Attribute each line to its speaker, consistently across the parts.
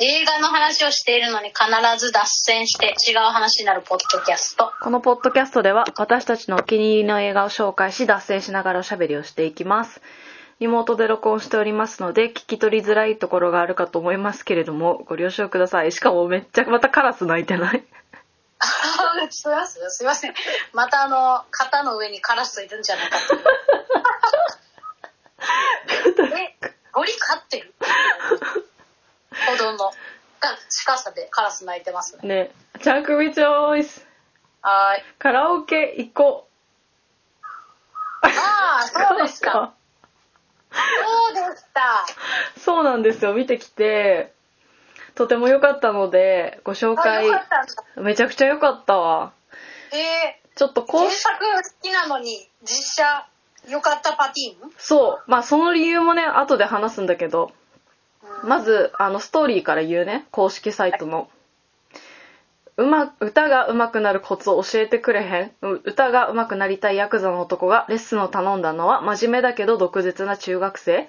Speaker 1: 映画の話をしているのに必ず脱線して違う話になるポッドキャスト。
Speaker 2: このポッドキャストでは私たちのお気に入りの映画を紹介し脱線しながらおしゃべりをしていきます。リモートで録音しておりますので聞き取りづらいところがあるかと思いますけれどもご了承ください。しかもめっちゃまたカラス鳴いてない
Speaker 1: すいません、すいません。またあの、肩の上にカラスいるんじゃないか と。え、ゴリ飼ってるほどの近さでカラス鳴いてますね。
Speaker 2: ね。チャンクビチョイス
Speaker 1: はーい。
Speaker 2: カラオケ行こう。
Speaker 1: ああ、そうですか。そうでした。
Speaker 2: そうなんですよ。見てきて、とても良かったので、ご紹
Speaker 1: あ
Speaker 2: 介
Speaker 1: よ、かったんだ
Speaker 2: めちゃくちゃ良かったわ。
Speaker 1: え
Speaker 2: ちょっと
Speaker 1: ー、
Speaker 2: こう
Speaker 1: 原作好きなのに実写良かったパティーン
Speaker 2: そう。まあ、その理由もね、後で話すんだけど、
Speaker 1: うん
Speaker 2: まず、あの、ストーリーから言うね、公式サイトの。うま、歌が上手くなるコツを教えてくれへんう歌が上手くなりたいヤクザの男がレッスンを頼んだのは真面目だけど毒舌な中学生。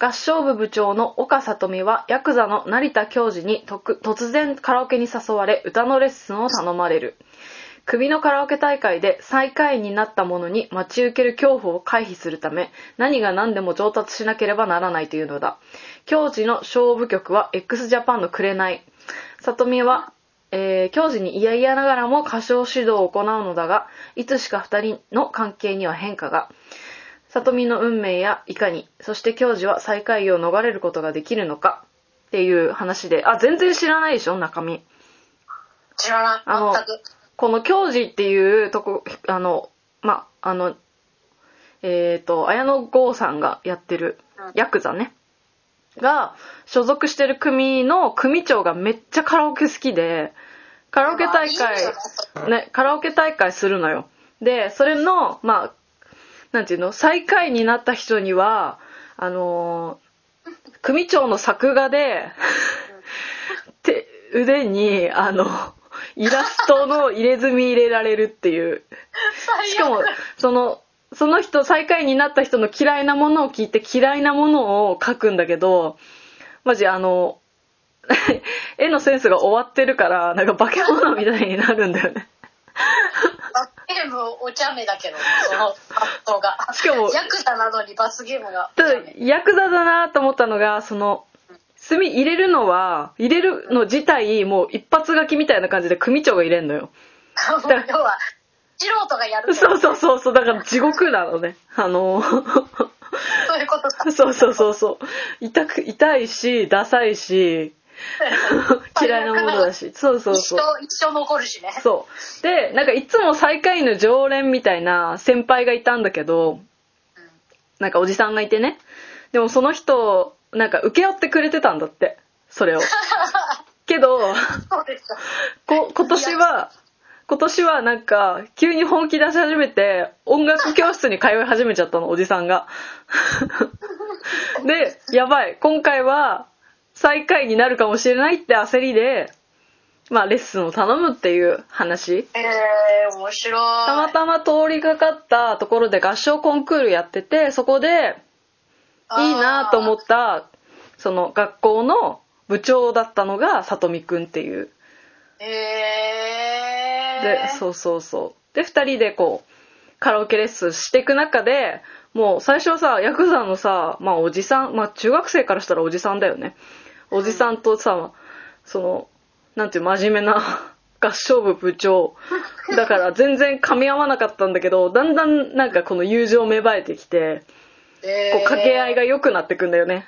Speaker 2: 合唱部部長の岡里美はヤクザの成田教授にとく突然カラオケに誘われ歌のレッスンを頼まれる。首のカラオケ大会で最下位になった者に待ち受ける恐怖を回避するため何が何でも上達しなければならないというのだ教授の勝負曲は x ジャパンの「紅」里美は、えー教授に嫌々ながらも歌唱指導を行うのだがいつしか二人の関係には変化が里美の運命やいかにそして教授は最下位を逃れることができるのかっていう話であ全然知らないでしょ中身
Speaker 1: 知らない
Speaker 2: あの
Speaker 1: 全く
Speaker 2: この教授っていうとこあのまあのえっ、と綾野剛さんがやってる
Speaker 1: うん
Speaker 2: ヤクザねが所属してる組の組長がめっちゃカラオケ好きでカラオケ大
Speaker 1: まあいい
Speaker 2: 会
Speaker 1: よね
Speaker 2: ねカラオケ大会するのよでそれのまあなんていうの最下位になった人にはあのー組長の作画で 手腕にあのイラストの入れ墨入れられるっていうしかもそのその人最下位になった人の嫌いなものを聞いて嫌いなものを書くんだけどマジあの 絵のセンスが終わってるからなんか化け物みたいになるんだよね
Speaker 1: 罰ゲームお茶目だけどその発想が
Speaker 2: しかも
Speaker 1: ヤクザなのに罰ゲームがお
Speaker 2: た
Speaker 1: 茶
Speaker 2: だ
Speaker 1: 目
Speaker 2: ヤクザだなと思ったのがその墨入れるのは入れるの自体もう一発書きみたいな感じで組長が入れんのよ
Speaker 1: もう要は素人がやる
Speaker 2: そうそうそうそうだから地獄なのねあの
Speaker 1: そういうことか
Speaker 2: そうそうそうそう痛く痛いしダサいし 嫌いなものだしそうそう
Speaker 1: 一
Speaker 2: そう
Speaker 1: 生一生残るしね
Speaker 2: そうでなんかいつも最下位の常連みたいな先輩がいたんだけどなんかおじさんがいてねでもその人なんか請け負ってくれてたんだってそれをけど
Speaker 1: そうですよ
Speaker 2: こ今年は今年はなんか急に本気出し始めて音楽教室に通い始めちゃったのおじさんが でやばい今回は最下位になるかもしれないって焦りでまあレッスンを頼むっていう話
Speaker 1: えー、面白い
Speaker 2: たまたま通りかかったところで合唱コンクールやっててそこでいいなと思
Speaker 1: っ
Speaker 2: ったその学校の部長だったのがさとみくんっていう
Speaker 1: てえー、
Speaker 2: でそうそうそうで2人でこうカラオケレッスンしていく中でもう最初はさヤクザのさ、まあ、おじさん、まあ、中学生からしたらおじさんだよねおじさんとさそのなんていう真面目な 合唱部部長だから全然噛み合わなかったんだけどだんだんなんかこの友情芽生えてきて
Speaker 1: えー
Speaker 2: こう掛け合いが良くなってくんだよね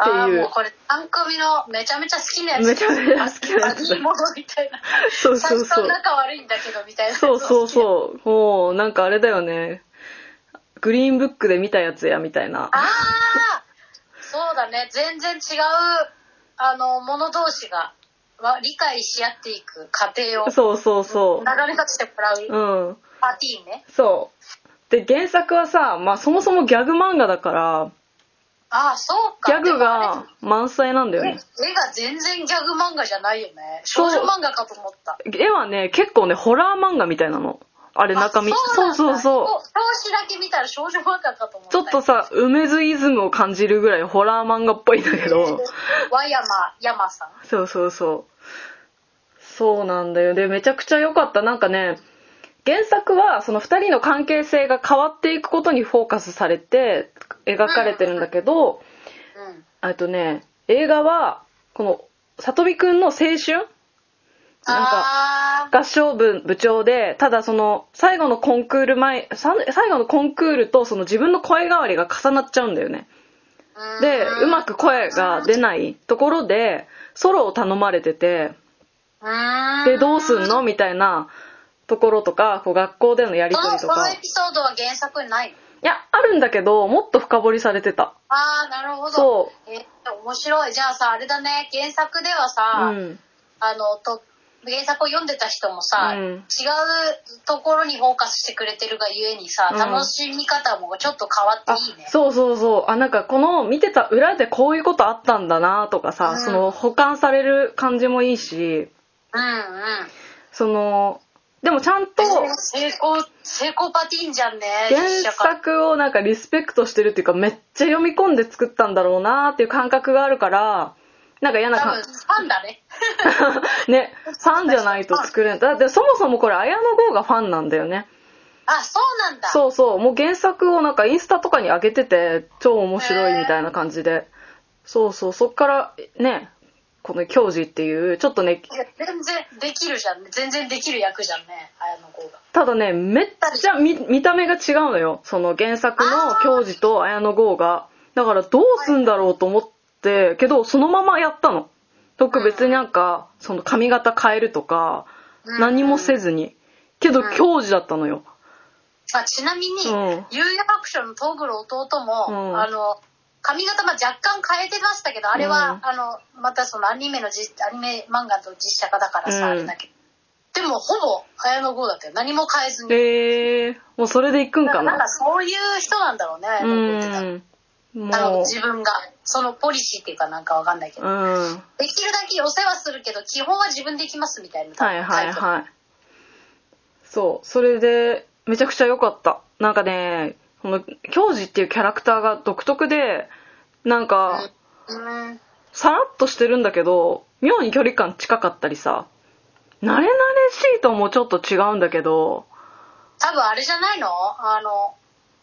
Speaker 2: っていう
Speaker 1: あーもうこれ番組のめちゃめちゃ好きなやつ
Speaker 2: めちゃめちゃ好きなやつ
Speaker 1: あいいものみたいな
Speaker 2: そうそ
Speaker 1: 最
Speaker 2: うそう
Speaker 1: 初仲悪いんだけどみたいな
Speaker 2: そうそう
Speaker 1: う
Speaker 2: そう。もう、なんかあれだよね。グリーンブックで見たやつや、みたいな。
Speaker 1: ああそうだね全然違うあのもの同士がわ理解し合っていく過程を流
Speaker 2: そうそうそ
Speaker 1: れさせてもら
Speaker 2: う。
Speaker 1: う
Speaker 2: うん。
Speaker 1: パーティーね
Speaker 2: そう。で、原作はさ、まあそもそもギャグ漫画だから、
Speaker 1: ああそう
Speaker 2: ギ
Speaker 1: か
Speaker 2: ャグが満載なんだ
Speaker 1: で
Speaker 2: よ
Speaker 1: もあれ
Speaker 2: ね。
Speaker 1: 絵絵が全然ギャグ漫画じゃないよね
Speaker 2: そ
Speaker 1: 少
Speaker 2: う
Speaker 1: 女漫画かと思った
Speaker 2: 絵はね、結構ね、ホラー漫画みたいなの。あれ中身
Speaker 1: あ
Speaker 2: そうそうそう
Speaker 1: なんだ表紙だけ見たら少女漫画かと思った
Speaker 2: ちょっとさ梅津イズムを感じるぐらいホラー漫画っぽいんだけど
Speaker 1: 和山山さん
Speaker 2: そうそうそう。そうなんだよ。で、めちゃくちゃ良かった。なんかね、原作はその2人の関係性が変わっていくことにフォーカスされて描かれてるんだけど、
Speaker 1: うん
Speaker 2: あとね、映画は、この、里美くんの青春なんか、
Speaker 1: あ
Speaker 2: 合唱部部長で、ただその、最後のコンクール前、さ最後のコンクールとその自分の声変わりが重なっちゃうんだよね。
Speaker 1: ー
Speaker 2: で、うま
Speaker 1: く
Speaker 2: く声が出ないところで、ソロを頼まれてて、でどうすんのみたいなところとかこう学校でのやり
Speaker 1: こ
Speaker 2: 取
Speaker 1: の
Speaker 2: りと
Speaker 1: この
Speaker 2: かい
Speaker 1: エピソードは原作にないの
Speaker 2: やあるんだけどもっと深掘りされてた
Speaker 1: ああなるほど
Speaker 2: そ
Speaker 1: え面白いじゃあさあれだね原作では
Speaker 2: う
Speaker 1: さ、
Speaker 2: ん
Speaker 1: あのと原作を読んでた人もさ、
Speaker 2: うん
Speaker 1: 違うところにフォーカスしてくれてるがゆえにさ、
Speaker 2: うん
Speaker 1: 楽しみ方もちょっと変わ
Speaker 2: あ
Speaker 1: っていいね
Speaker 2: そうそうそうあなんかこの見てた裏でこういうことあったんだなとかさ、
Speaker 1: うん
Speaker 2: その保管される感じもいいし
Speaker 1: うんうん
Speaker 2: そのでもちゃんと
Speaker 1: 成功成功パティーンじゃんね
Speaker 2: 原作をなんかリスペクトしてるっていうかめっちゃ読み込んで作ったんだろうなっていう感覚があるからなんか嫌な
Speaker 1: 多
Speaker 2: 感
Speaker 1: 分ファンだね
Speaker 2: ね、ファンじゃないと作れん。だってそもそもこれ綾野剛がファンなんだよね。
Speaker 1: あそうなんだ
Speaker 2: そうそう。もう原作をなんかインスタとかに上げてて、超面白いみたいな感じで。そうそう。そっからね、この教授っていう、ちょっとね、
Speaker 1: いや全然できるじゃんね全然できる役じゃんね綾野剛が
Speaker 2: ただね、めっちゃ見見た目が違うのよ。その原作の教授と綾野剛が。だからどうすんだろうと思って、けどそのままやったの。特別になんか、その髪型変えるとか、
Speaker 1: うん
Speaker 2: 何もせずに。けど
Speaker 1: うん
Speaker 2: 教授だったのよ。
Speaker 1: あちなみに、
Speaker 2: うん
Speaker 1: 有楽ョンの東黒弟も、
Speaker 2: うん
Speaker 1: あの髪型まあ若干変えてましたけどあれは、
Speaker 2: うん
Speaker 1: あのまたそのアニメの実アニメ漫画と実写化だからさ、
Speaker 2: うん
Speaker 1: あれだけどでもほぼ綾野剛だったよ何も変えずに、
Speaker 2: えー、もうそれで行くん
Speaker 1: だか
Speaker 2: から
Speaker 1: なん
Speaker 2: な
Speaker 1: か。そういう人なんだろうね綾
Speaker 2: う
Speaker 1: 野剛って多分
Speaker 2: ん。
Speaker 1: あの
Speaker 2: も
Speaker 1: 自分がそのポリシーっていうかなんかわかんないけ
Speaker 2: う、
Speaker 1: ど、
Speaker 2: うん。
Speaker 1: できるだけお世話するけど基本は自分で行きますみたいな
Speaker 2: はいはい
Speaker 1: い
Speaker 2: はい。そう、それで、めちゃくちゃ良かった。なんかね、この、教授っていうキャラクターが独特で、なんか、
Speaker 1: うん
Speaker 2: さらっとしてるんだけど、妙に距離感近かったりさ、慣れ慣れしいともちょっと違うんだけど、
Speaker 1: 多分あれじゃないのあの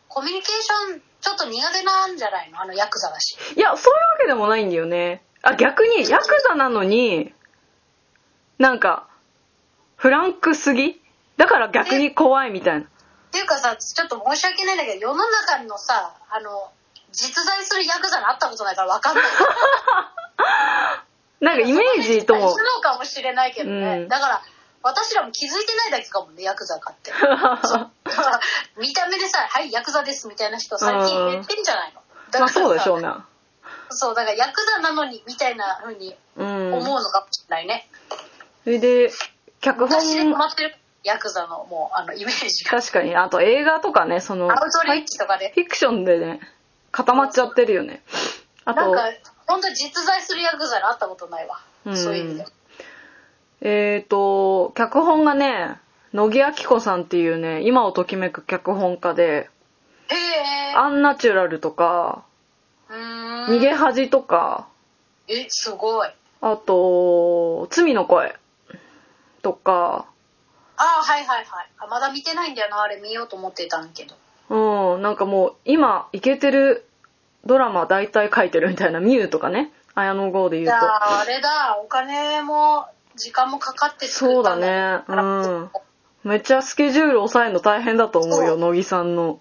Speaker 1: コミュニケーションちょっと苦手なんじゃないのあのヤクザだし
Speaker 2: いや、そういうわけでもないんだよね。あ、逆に、ヤクザなのに、なんか、フランクすぎだから逆に怖いみたいな。
Speaker 1: っていうかさちょっと申し訳ないんだけど世の中のさあの実在するヤクザに会ったことないから分かんない
Speaker 2: なんかイメージと
Speaker 1: いる
Speaker 2: も。
Speaker 1: のかもしれないけどね、
Speaker 2: うん
Speaker 1: だから私らも気づいてないだけかもねヤクザかって 見た目でさ「はいヤクザです」みたいな人最近減ってんじゃないのだか
Speaker 2: ま
Speaker 1: ら
Speaker 2: あ
Speaker 1: さ
Speaker 2: そうでしょうね。
Speaker 1: そうだからヤクザなのにみたいなふうに
Speaker 2: うん
Speaker 1: 思う。のかもしれないね、
Speaker 2: それで、脚
Speaker 1: 昔で止
Speaker 2: 本、
Speaker 1: まってるヤクザのもうあのイメージが
Speaker 2: 確かに、あと映画とかね、その、
Speaker 1: アウトレ
Speaker 2: フ
Speaker 1: ッジとかで、
Speaker 2: ィクションでね、固まっちゃってるよね。あ
Speaker 1: なん
Speaker 2: と、
Speaker 1: か本当実在するヤクザに会ったことないわ、
Speaker 2: うん
Speaker 1: そういう意味では
Speaker 2: えっ、と、脚本がね、野木明子さんっていうね、今をときめく脚本家で、
Speaker 1: へえ
Speaker 2: アンナチュラルとか、
Speaker 1: うーん
Speaker 2: 逃げ恥とか、
Speaker 1: えすごい
Speaker 2: あと、罪の声とか、
Speaker 1: ああはいはいはいあまだ見てないんだよなあれ見ようと思ってたんけど
Speaker 2: うん、なんかもう今イケてるドラマ大体書いてるみたいな、ミュウとかね、綾野剛で
Speaker 1: い
Speaker 2: 言う
Speaker 1: や
Speaker 2: と。
Speaker 1: ああれだお金も時間もかかって
Speaker 2: そうだ
Speaker 1: ね
Speaker 2: ね、うん。めっちゃスケジュール抑えるの大変だと思う
Speaker 1: そ
Speaker 2: よ、
Speaker 1: う
Speaker 2: 乃木さんの。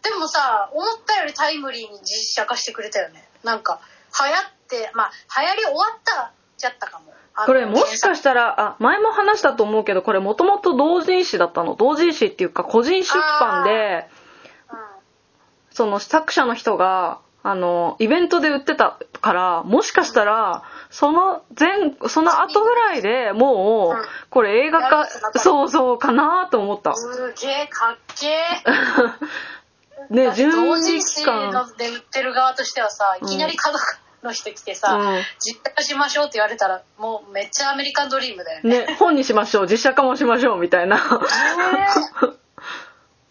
Speaker 1: でもさ思ったよりタイムリーに実写化してくれたよねなんか流行ってまあ流行り終わったじゃったかもあの
Speaker 2: これもしか
Speaker 1: 原作
Speaker 2: したら、あ、前も話したと思うけど、これもともと同人誌だったの。同人誌っていうか個人出版で、その作者の人が、あの、イベントで売ってたから、もしかしたら、その前、その後ぐらいで
Speaker 1: う
Speaker 2: も
Speaker 1: ん
Speaker 2: う、これ映画
Speaker 1: や
Speaker 2: 化
Speaker 1: るってなっ、た
Speaker 2: そうそうかなと思った。
Speaker 1: うん、すげえかっけえ
Speaker 2: ね、
Speaker 1: 同
Speaker 2: 12
Speaker 1: 人
Speaker 2: 期
Speaker 1: 誌
Speaker 2: 間。
Speaker 1: ので売ってる側としてはさいきなり科学、の人来てさ、実家化しましょうって言われたらもうめっちゃアメリカンドリームだよ
Speaker 2: うん、
Speaker 1: ね。
Speaker 2: ね本にしましょう実写化もしましょうみたいな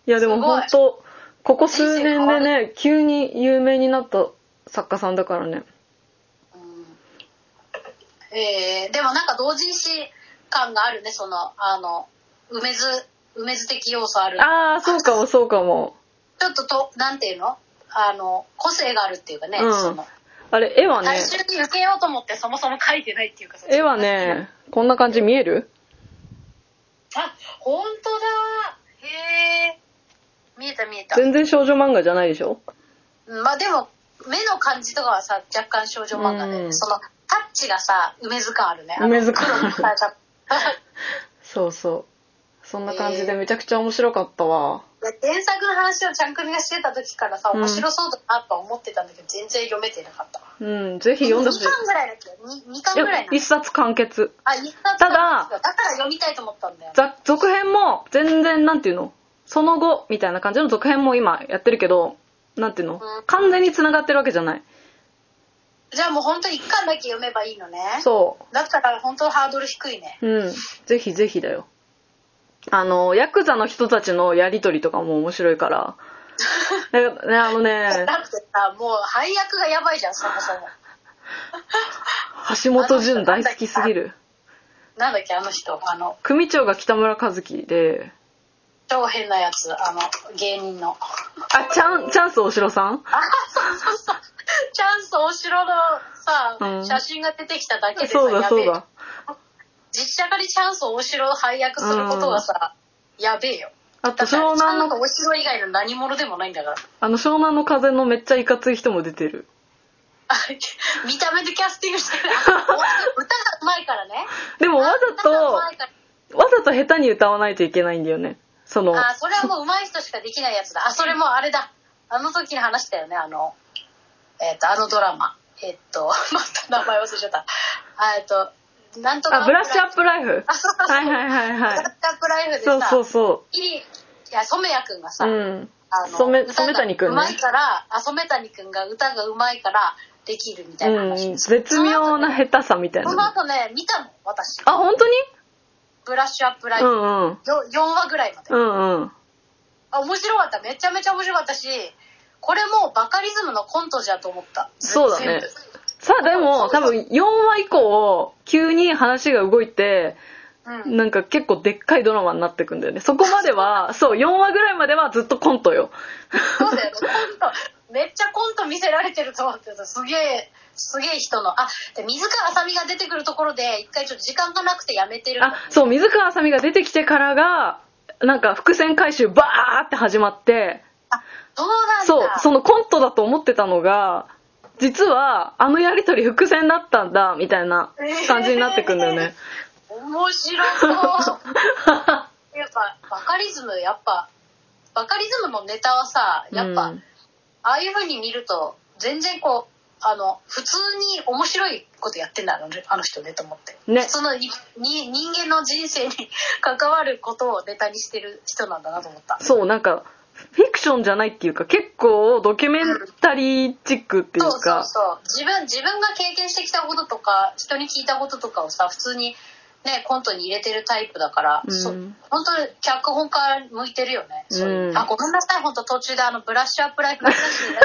Speaker 2: いやでも
Speaker 1: すごい
Speaker 2: 本当ここ数年で
Speaker 1: 人生変
Speaker 2: ね急に有名になった作家さんだからね
Speaker 1: うんえーでもなんか同人誌感があるねそのあの梅津梅津的要素ある
Speaker 2: ああそうかもそうかも
Speaker 1: ちょっととなんていうのあの個性があるっていうかね、
Speaker 2: うん
Speaker 1: その
Speaker 2: あれ絵はね
Speaker 1: 最終に受けようと思ってそもそも書いてないっていうか
Speaker 2: 絵はねこんな感じ見える
Speaker 1: あ本当だへえ見えた見えた
Speaker 2: 全然少女漫画じゃないでしょ
Speaker 1: うんまあでも目の感じとかはさ若干少女漫画で、
Speaker 2: うん
Speaker 1: そのタッチがさ梅図感あるねあの
Speaker 2: 梅図感
Speaker 1: 黒の 変えちゃった
Speaker 2: そうそうそんな感じでめちゃくちゃ面白かったわ、
Speaker 1: 原作の話をちゃんくみがしてた時からさ
Speaker 2: うん
Speaker 1: 面白そうだなとは思ってたんだけど、全然読めてなかったわ
Speaker 2: うんぜひ読んでほしい
Speaker 1: 2巻ぐらいだっけ 2, 巻
Speaker 2: いや
Speaker 1: ぐらいなの
Speaker 2: 一冊完結
Speaker 1: あ一巻
Speaker 2: ただ
Speaker 1: だから読みたいと思ったんだよ
Speaker 2: ざ続編も全然なんていうのその後みたいな感じの続編も今やってるけどなんていうの
Speaker 1: うん
Speaker 2: 完全に繋がってるわけじゃない
Speaker 1: じゃあもう本当に1巻だけ読めばいいのね
Speaker 2: そ
Speaker 1: だったら本当ハードル低いね
Speaker 2: ううんぜひぜひだよあのヤクザの人たちのやりとりとかも面白いから だからねあのね
Speaker 1: だってさもう配役がやばいじゃんそもそも
Speaker 2: 橋本潤大好きすぎる
Speaker 1: なんだっけあの人あの
Speaker 2: 組長が北村一輝で
Speaker 1: 超変なやつあの芸人 の
Speaker 2: あチャンチャンス大城さん
Speaker 1: あそうそうそうチャンス大城のさ、
Speaker 2: うん
Speaker 1: 写真が出てきただけでさ
Speaker 2: そうだ
Speaker 1: やべ
Speaker 2: そう
Speaker 1: え
Speaker 2: だ
Speaker 1: 実写化にチャンス大城を配役することがさ、やべえよ
Speaker 2: あ
Speaker 1: だ
Speaker 2: と
Speaker 1: ってあれ
Speaker 2: 湘
Speaker 1: チャ
Speaker 2: 南
Speaker 1: ン
Speaker 2: の
Speaker 1: ス大城以外の何者でもないん だから
Speaker 2: あの湘南の風のめっちゃいかつい人も出てる
Speaker 1: あ見た目でキャスティング してる歌がうまいからね
Speaker 2: でもわざ
Speaker 1: 歌がう
Speaker 2: と
Speaker 1: まいから
Speaker 2: わざと下手に歌わないといけないんだよねその
Speaker 1: あそれはもう上手い人しかできないやつだあそれもあれだあの時に話したよねあのえっ、とあのドラマえっ、と また名前忘れちゃったあえっとなんとか
Speaker 2: あブラッシュアップライフ
Speaker 1: あそうそうそう
Speaker 2: はいはいはいは
Speaker 1: ブラッシ
Speaker 2: い
Speaker 1: ュアップライフで
Speaker 2: そう
Speaker 1: さ
Speaker 2: そうそ
Speaker 1: いいいや染谷くんがさ、
Speaker 2: ううん
Speaker 1: あの
Speaker 2: 染
Speaker 1: 歌が
Speaker 2: 染谷くんね
Speaker 1: うまいからあ染谷くんが歌がうまいからできるみたいな
Speaker 2: う
Speaker 1: 話、
Speaker 2: ん絶妙な下手さみたい
Speaker 1: その
Speaker 2: な
Speaker 1: 後ね見たの私
Speaker 2: あ本当に
Speaker 1: ブラッシュアップライ
Speaker 2: う
Speaker 1: フ、
Speaker 2: んうん
Speaker 1: よ4話ぐらいまで
Speaker 2: うんうん
Speaker 1: あ面白かっためちゃめちゃ面白かったしこれもうバカリズムのコントじゃと思った
Speaker 2: そうだね
Speaker 1: 全部
Speaker 2: さあでも多分4話以降急に話が動いて
Speaker 1: うん、
Speaker 2: なんか結構でっかいドラマになってくんだよねそこまで はそう4話ぐらいまではずっとコントよ
Speaker 1: そうだよねコントめっちゃコント見せられてると思ってたすげえすげえ人のあで水川あさみが出てくるところで一回ちょっと時間がなくてやめてる
Speaker 2: あそう水川あさみが出てきてからがなんか伏線回収バーって始まって
Speaker 1: そうなんだ
Speaker 2: そう、そのコントだと思ってたのが、実は、あのやりとり伏線だったんだ、みたいな感じになってくんだよね。
Speaker 1: 面白そうやっぱバカリズムやっぱバカリズムのネタはさ やっぱ、
Speaker 2: うん
Speaker 1: ああいう風に見ると全然こうあの普通に面白いことやってんだろうねあの人ねと思って、
Speaker 2: ね
Speaker 1: 普通のにに人間の人生に 関わることをネタにしてる人なんだなと思った
Speaker 2: そう、なんか、フィクションじゃないっていうか、結構ドキュメンタリーチックっていう
Speaker 1: そうそう
Speaker 2: か、
Speaker 1: そう自分自分が経験してきたこととか人に聞いたこととかをさ普通にねコントに入れてるタイプだから、
Speaker 2: うん
Speaker 1: そ本当に脚本家向いてるよね、そういう
Speaker 2: うん
Speaker 1: あごめんなさい本当途中であのブラッシュアップライフの話になっ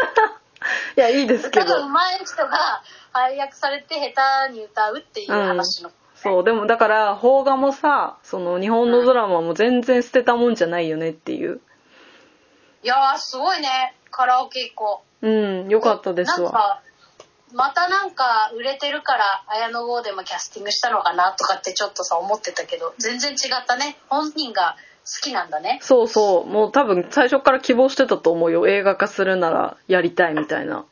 Speaker 2: いや、いいですけ
Speaker 1: 歌が
Speaker 2: ど。
Speaker 1: 上手い人が配役されて下手に歌うっていう話の、
Speaker 2: そう、でもだから、邦画もさ、その日本のドラマも全然捨てたもんじゃないよねっていう。
Speaker 1: いやーすごいねカラオケ行こ
Speaker 2: うん、よかった
Speaker 1: う
Speaker 2: です
Speaker 1: なん
Speaker 2: わ。
Speaker 1: かまたなんか売れてるから綾野剛でもキャスティングしたのかなとかってちょっとさ思ってたけど全然違ったね本人が好きなんだね
Speaker 2: そうそう、もう多分最初から希望してたと思うよ。映画化するならやりたいみたいな。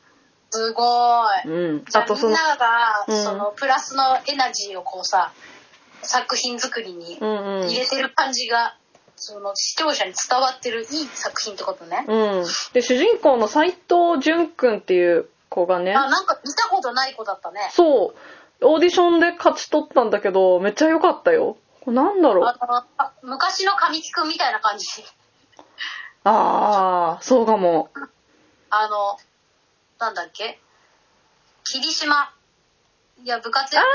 Speaker 1: すごい、
Speaker 2: うん。
Speaker 1: じゃ
Speaker 2: あ
Speaker 1: あ
Speaker 2: と
Speaker 1: み
Speaker 2: そ
Speaker 1: ん
Speaker 2: の、
Speaker 1: なが、
Speaker 2: うん
Speaker 1: そのプラスのエナジーをこうさ作品作りに
Speaker 2: うんうん
Speaker 1: 入。れてる感じが、その視聴者に伝わってるいい作品ってことね、
Speaker 2: うん、で主人公の斎藤淳君っていう子がね
Speaker 1: あなんか見たことない子だったね
Speaker 2: そうオーディションで勝ち取ったんだけどめっちゃ良かったよこれなんだろう
Speaker 1: あのあ昔の神木くんみたいな感じ
Speaker 2: ああそうかも
Speaker 1: あのなんだっけ霧島。いや、部活や
Speaker 2: あ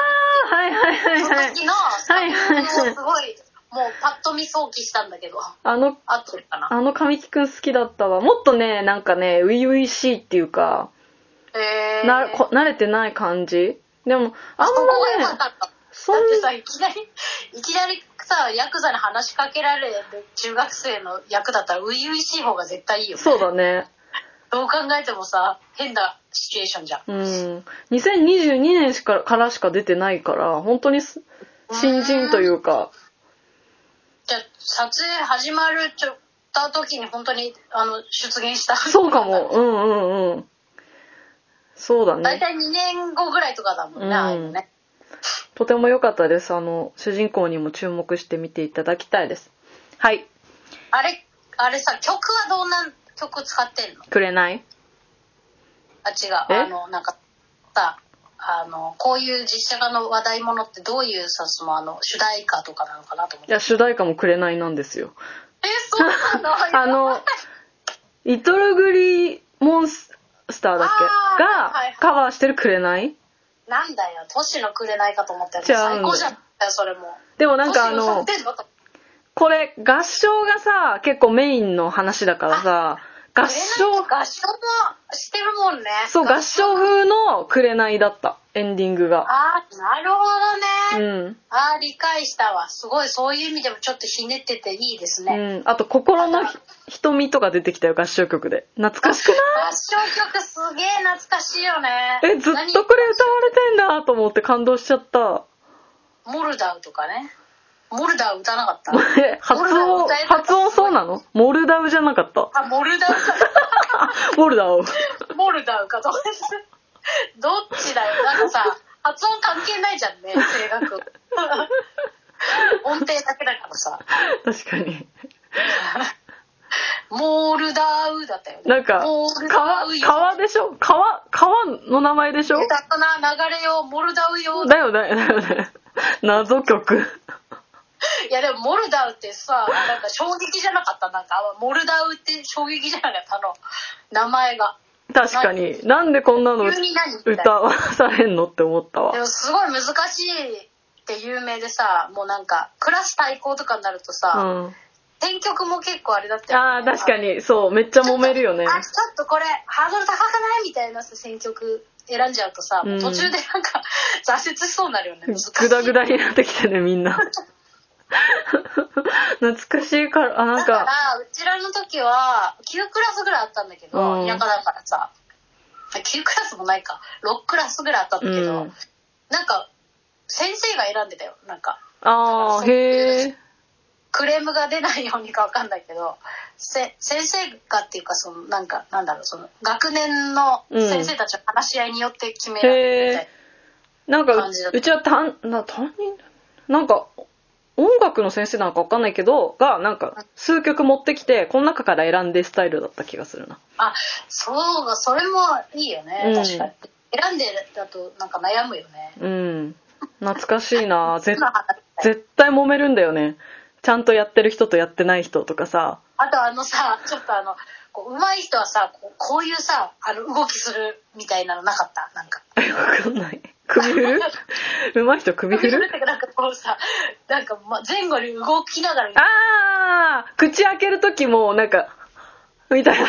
Speaker 2: あはいはいはい
Speaker 1: その
Speaker 2: はい
Speaker 1: 時のスタジオをすごい、もうパッと見想起したんだけど、
Speaker 2: あの
Speaker 1: あってるかな。
Speaker 2: あの神木くん好きだったわもっとねなんかね初々しいっていうか
Speaker 1: えー、
Speaker 2: なこ慣れてない感じでもあん
Speaker 1: そこが良かっ
Speaker 2: まね
Speaker 1: たんだ。
Speaker 2: そ
Speaker 1: だ
Speaker 2: ん
Speaker 1: ってさ、いきなり、 いきなりさ、ヤクザに話しかけられる中学生の役だったら、初々しい方が絶対いいよね。
Speaker 2: そうだね
Speaker 1: どう考えてもさ、変なシチュエーションじゃん。
Speaker 2: うん2022年しかからしか出てないから本当にす新人というか
Speaker 1: じゃあ、撮影始まるちょった時に本当に、あの、出現した。
Speaker 2: そうかも。うんうんうんそうだ
Speaker 1: 大
Speaker 2: ね
Speaker 1: 体2年後ぐらいとかだもんね、
Speaker 2: うん
Speaker 1: ああいうのね。
Speaker 2: とても良かったですあの主人公にも注目して見ていただきたいですはい
Speaker 1: あれ、あれさ、曲はどんな曲使ってんの
Speaker 2: くれない
Speaker 1: あ、違
Speaker 2: え
Speaker 1: う。あの、なんか、さ、あの、こういう実写化の話題ものってどういうさ、その、あの、主題歌とかなのかなと思っ
Speaker 2: い
Speaker 1: て。え、
Speaker 2: や主題歌もくれないなんですよ
Speaker 1: そうなの
Speaker 2: あの、リトルグリーモンスターだっ
Speaker 1: あ
Speaker 2: け
Speaker 1: ー
Speaker 2: が
Speaker 1: はいはい
Speaker 2: カバーしてるくれない
Speaker 1: なんだよ、都市の紅かと思ったよ。
Speaker 2: 違うんだよ
Speaker 1: 最高じゃんよ、それも。
Speaker 2: でもなんかあの
Speaker 1: 都市歌ってんのと
Speaker 2: これ合唱がさ結構メインの話だからさ合唱
Speaker 1: 紅合唱もしてるもんね。
Speaker 2: そう合唱風の「紅」だったエンディングが
Speaker 1: ああ、なるほどね。
Speaker 2: うん、
Speaker 1: ああ、理解したわ。すごい、そういう意味でもちょっとひねってていいです
Speaker 2: う
Speaker 1: ね。
Speaker 2: ん、あと「心のひ瞳」とか出てきたよ合唱曲で懐かしくない
Speaker 1: 合唱曲すげえ懐かしいよね。
Speaker 2: えずっとこれ歌われてんだと思って感動しちゃった
Speaker 1: 何モルダウとかね。モルダウ歌わなかった
Speaker 2: え 発
Speaker 1: モルダウ
Speaker 2: 音
Speaker 1: 歌えなかった
Speaker 2: 発音そうなのモルダウじゃなかった
Speaker 1: あ、モルダウ
Speaker 2: モルダ ウ
Speaker 1: か。モルダウかと思ってどっちだよ。なんかさ、発音関係ないじゃんね、声楽。 音程だけだからさ。
Speaker 2: 確かに
Speaker 1: モルダウだったよね。
Speaker 2: なんか
Speaker 1: モルダ
Speaker 2: 川
Speaker 1: ウよ。
Speaker 2: 川でしょ川川の名前でしょ
Speaker 1: 下手な流れよ、モルダウよ。
Speaker 2: だよねだよね 謎曲
Speaker 1: いやでもモルダウってさなんか衝撃じゃなかったなんかあモルダウって衝撃じゃなかったあの名前が
Speaker 2: 確かになんでこんなの
Speaker 1: 急に何みたいな
Speaker 2: 歌わされんのって思った
Speaker 1: で
Speaker 2: わ
Speaker 1: もすごい難しいって有名でさもうなんかクラス対抗とかになると
Speaker 2: う
Speaker 1: さ、
Speaker 2: ん
Speaker 1: 選曲も結構あれだった
Speaker 2: あー確かにそうめっちゃ揉めるよね
Speaker 1: あちょっとこれハードル高くないみたいなさ選曲選んじゃうとさ、
Speaker 2: うん
Speaker 1: 途中でなんか挫折しそうになるよね難しい
Speaker 2: グダグダになってきてねみんな 懐かしいからあな
Speaker 1: だ
Speaker 2: ん
Speaker 1: から
Speaker 2: か
Speaker 1: うちらの時は9クラスぐらいあったんだけど、
Speaker 2: うん
Speaker 1: 田舎だからさ9クラスもないか6クラスぐらいあったんだけど、
Speaker 2: うん
Speaker 1: なんか先生が選んでたよなんか
Speaker 2: ああへえ
Speaker 1: クレームが出ないようにかわかんないけどせ先生がっていうかそのなんかなんだろうその学年の先生たちの話し合いによって決められ
Speaker 2: へ
Speaker 1: て
Speaker 2: えなんか
Speaker 1: 感じだっ
Speaker 2: う
Speaker 1: た
Speaker 2: うちは担な担任なんか音楽の先生なんかわかんないけどがなんか数曲持ってきてこの中から選んでスタイルだった気がするな
Speaker 1: あそうそれもいいよね、
Speaker 2: うん
Speaker 1: 確かに選んでだとなんか悩むよね
Speaker 2: うん懐かしいなぜ
Speaker 1: 今話した
Speaker 2: 絶対揉めるんだよねちゃんとやってる人とやってない人とかさ
Speaker 1: あとあのさ、ちょっとあの、こう上手い人はさこう、こういうさ、あの、動きするみたいなのなかったなんか。
Speaker 2: 分かんない首 振る上手い人首振る
Speaker 1: なんかこうさ、なんかま前後に動きながら、
Speaker 2: ああ口開ける時もなんかみた いな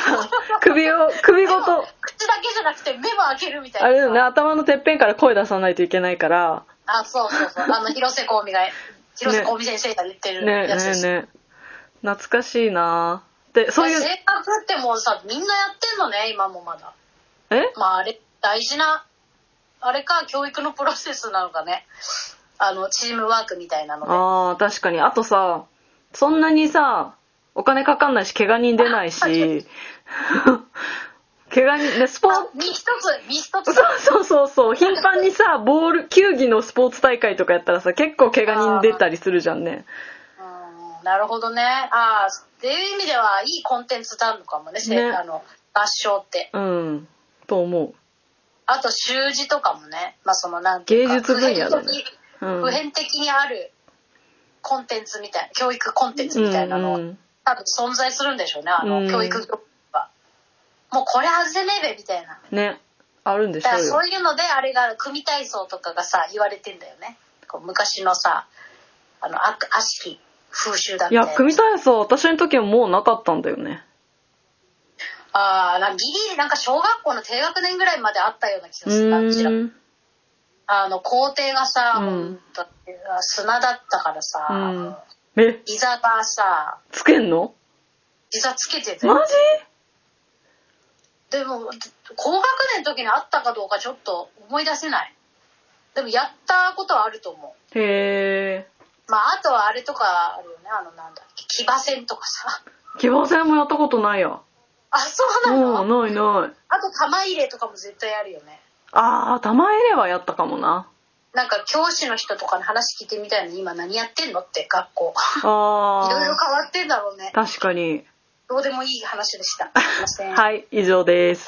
Speaker 2: 首を首ごと
Speaker 1: 口だけじゃなくて目も開けるみたいな。
Speaker 2: あれだよね頭のてっぺんから声出さないといけないから
Speaker 1: あ、そうそうそう。あの、広瀬香美が、広瀬香美先生が言って
Speaker 2: ね
Speaker 1: る
Speaker 2: ね
Speaker 1: やつです。
Speaker 2: ね懐かしいなでそういう
Speaker 1: 性格ってもうさ、みんなやってんのね、今もまだ。
Speaker 2: え
Speaker 1: まああれ大事なあれか教育のプロセスなのかねあのチームワークみたいなので
Speaker 2: ああ確かにあとさそんなにさお金かかんないし怪我人出ないし 怪我人でスポー
Speaker 1: あ身一つ身一つ
Speaker 2: そうそうそうそう頻繁にさボール球技のスポーツ大会とかやったらさ結構怪我人出たりするじゃんね
Speaker 1: うんなるほどね。ああ、っていう意味ではいいコンテンツなのかもね、せ
Speaker 2: ね
Speaker 1: あの合唱って。
Speaker 2: うんと思
Speaker 1: あと習字とかもね、まあそのなんていう
Speaker 2: 芸
Speaker 1: か
Speaker 2: 術分野だねう、うん、
Speaker 1: 普遍的に普遍的にあるコンテンツみたい教育コンテンツみたいなの、
Speaker 2: うんうん
Speaker 1: 多分存在するんでしょうね、あの、
Speaker 2: うん
Speaker 1: 教育業は。もうこれ外せねえべみたいな。
Speaker 2: ねあるんでし
Speaker 1: だか
Speaker 2: ょ
Speaker 1: ら
Speaker 2: うよ
Speaker 1: そういうのであれが組体操とかがさ言われてんだよねこう昔のさあの悪悪しき風習だっ
Speaker 2: い
Speaker 1: て
Speaker 2: や組体操私の時はもうなかったんだよね
Speaker 1: ああなんかギリなんか小学校の低学年ぐらいまであったような気
Speaker 2: う
Speaker 1: がするなうちら
Speaker 2: ーん
Speaker 1: あの校庭がさ、
Speaker 2: うん
Speaker 1: ほんと砂だったからさ、
Speaker 2: うんえ
Speaker 1: 膝がさ
Speaker 2: つけんの
Speaker 1: 膝つけてて
Speaker 2: マジ
Speaker 1: でも高学年の時にあったかどうかちょっと思い出せないでもやったことはあると思
Speaker 2: へえ
Speaker 1: うまああとはあれとかあるよねあのなんだっけ騎馬戦とかさ
Speaker 2: 騎馬戦もやったことないや
Speaker 1: あそう
Speaker 2: う
Speaker 1: なの、
Speaker 2: んないない
Speaker 1: あと玉入れとかも絶対あるよね
Speaker 2: ああ玉入れはやったかもな
Speaker 1: なんか教師の人とかに話聞いてみたいの今何やってんのって学校いろいろ
Speaker 2: あ
Speaker 1: 変わってんだろうね
Speaker 2: あ確かに
Speaker 1: どうでもいい話でしたすいません
Speaker 2: はい以上です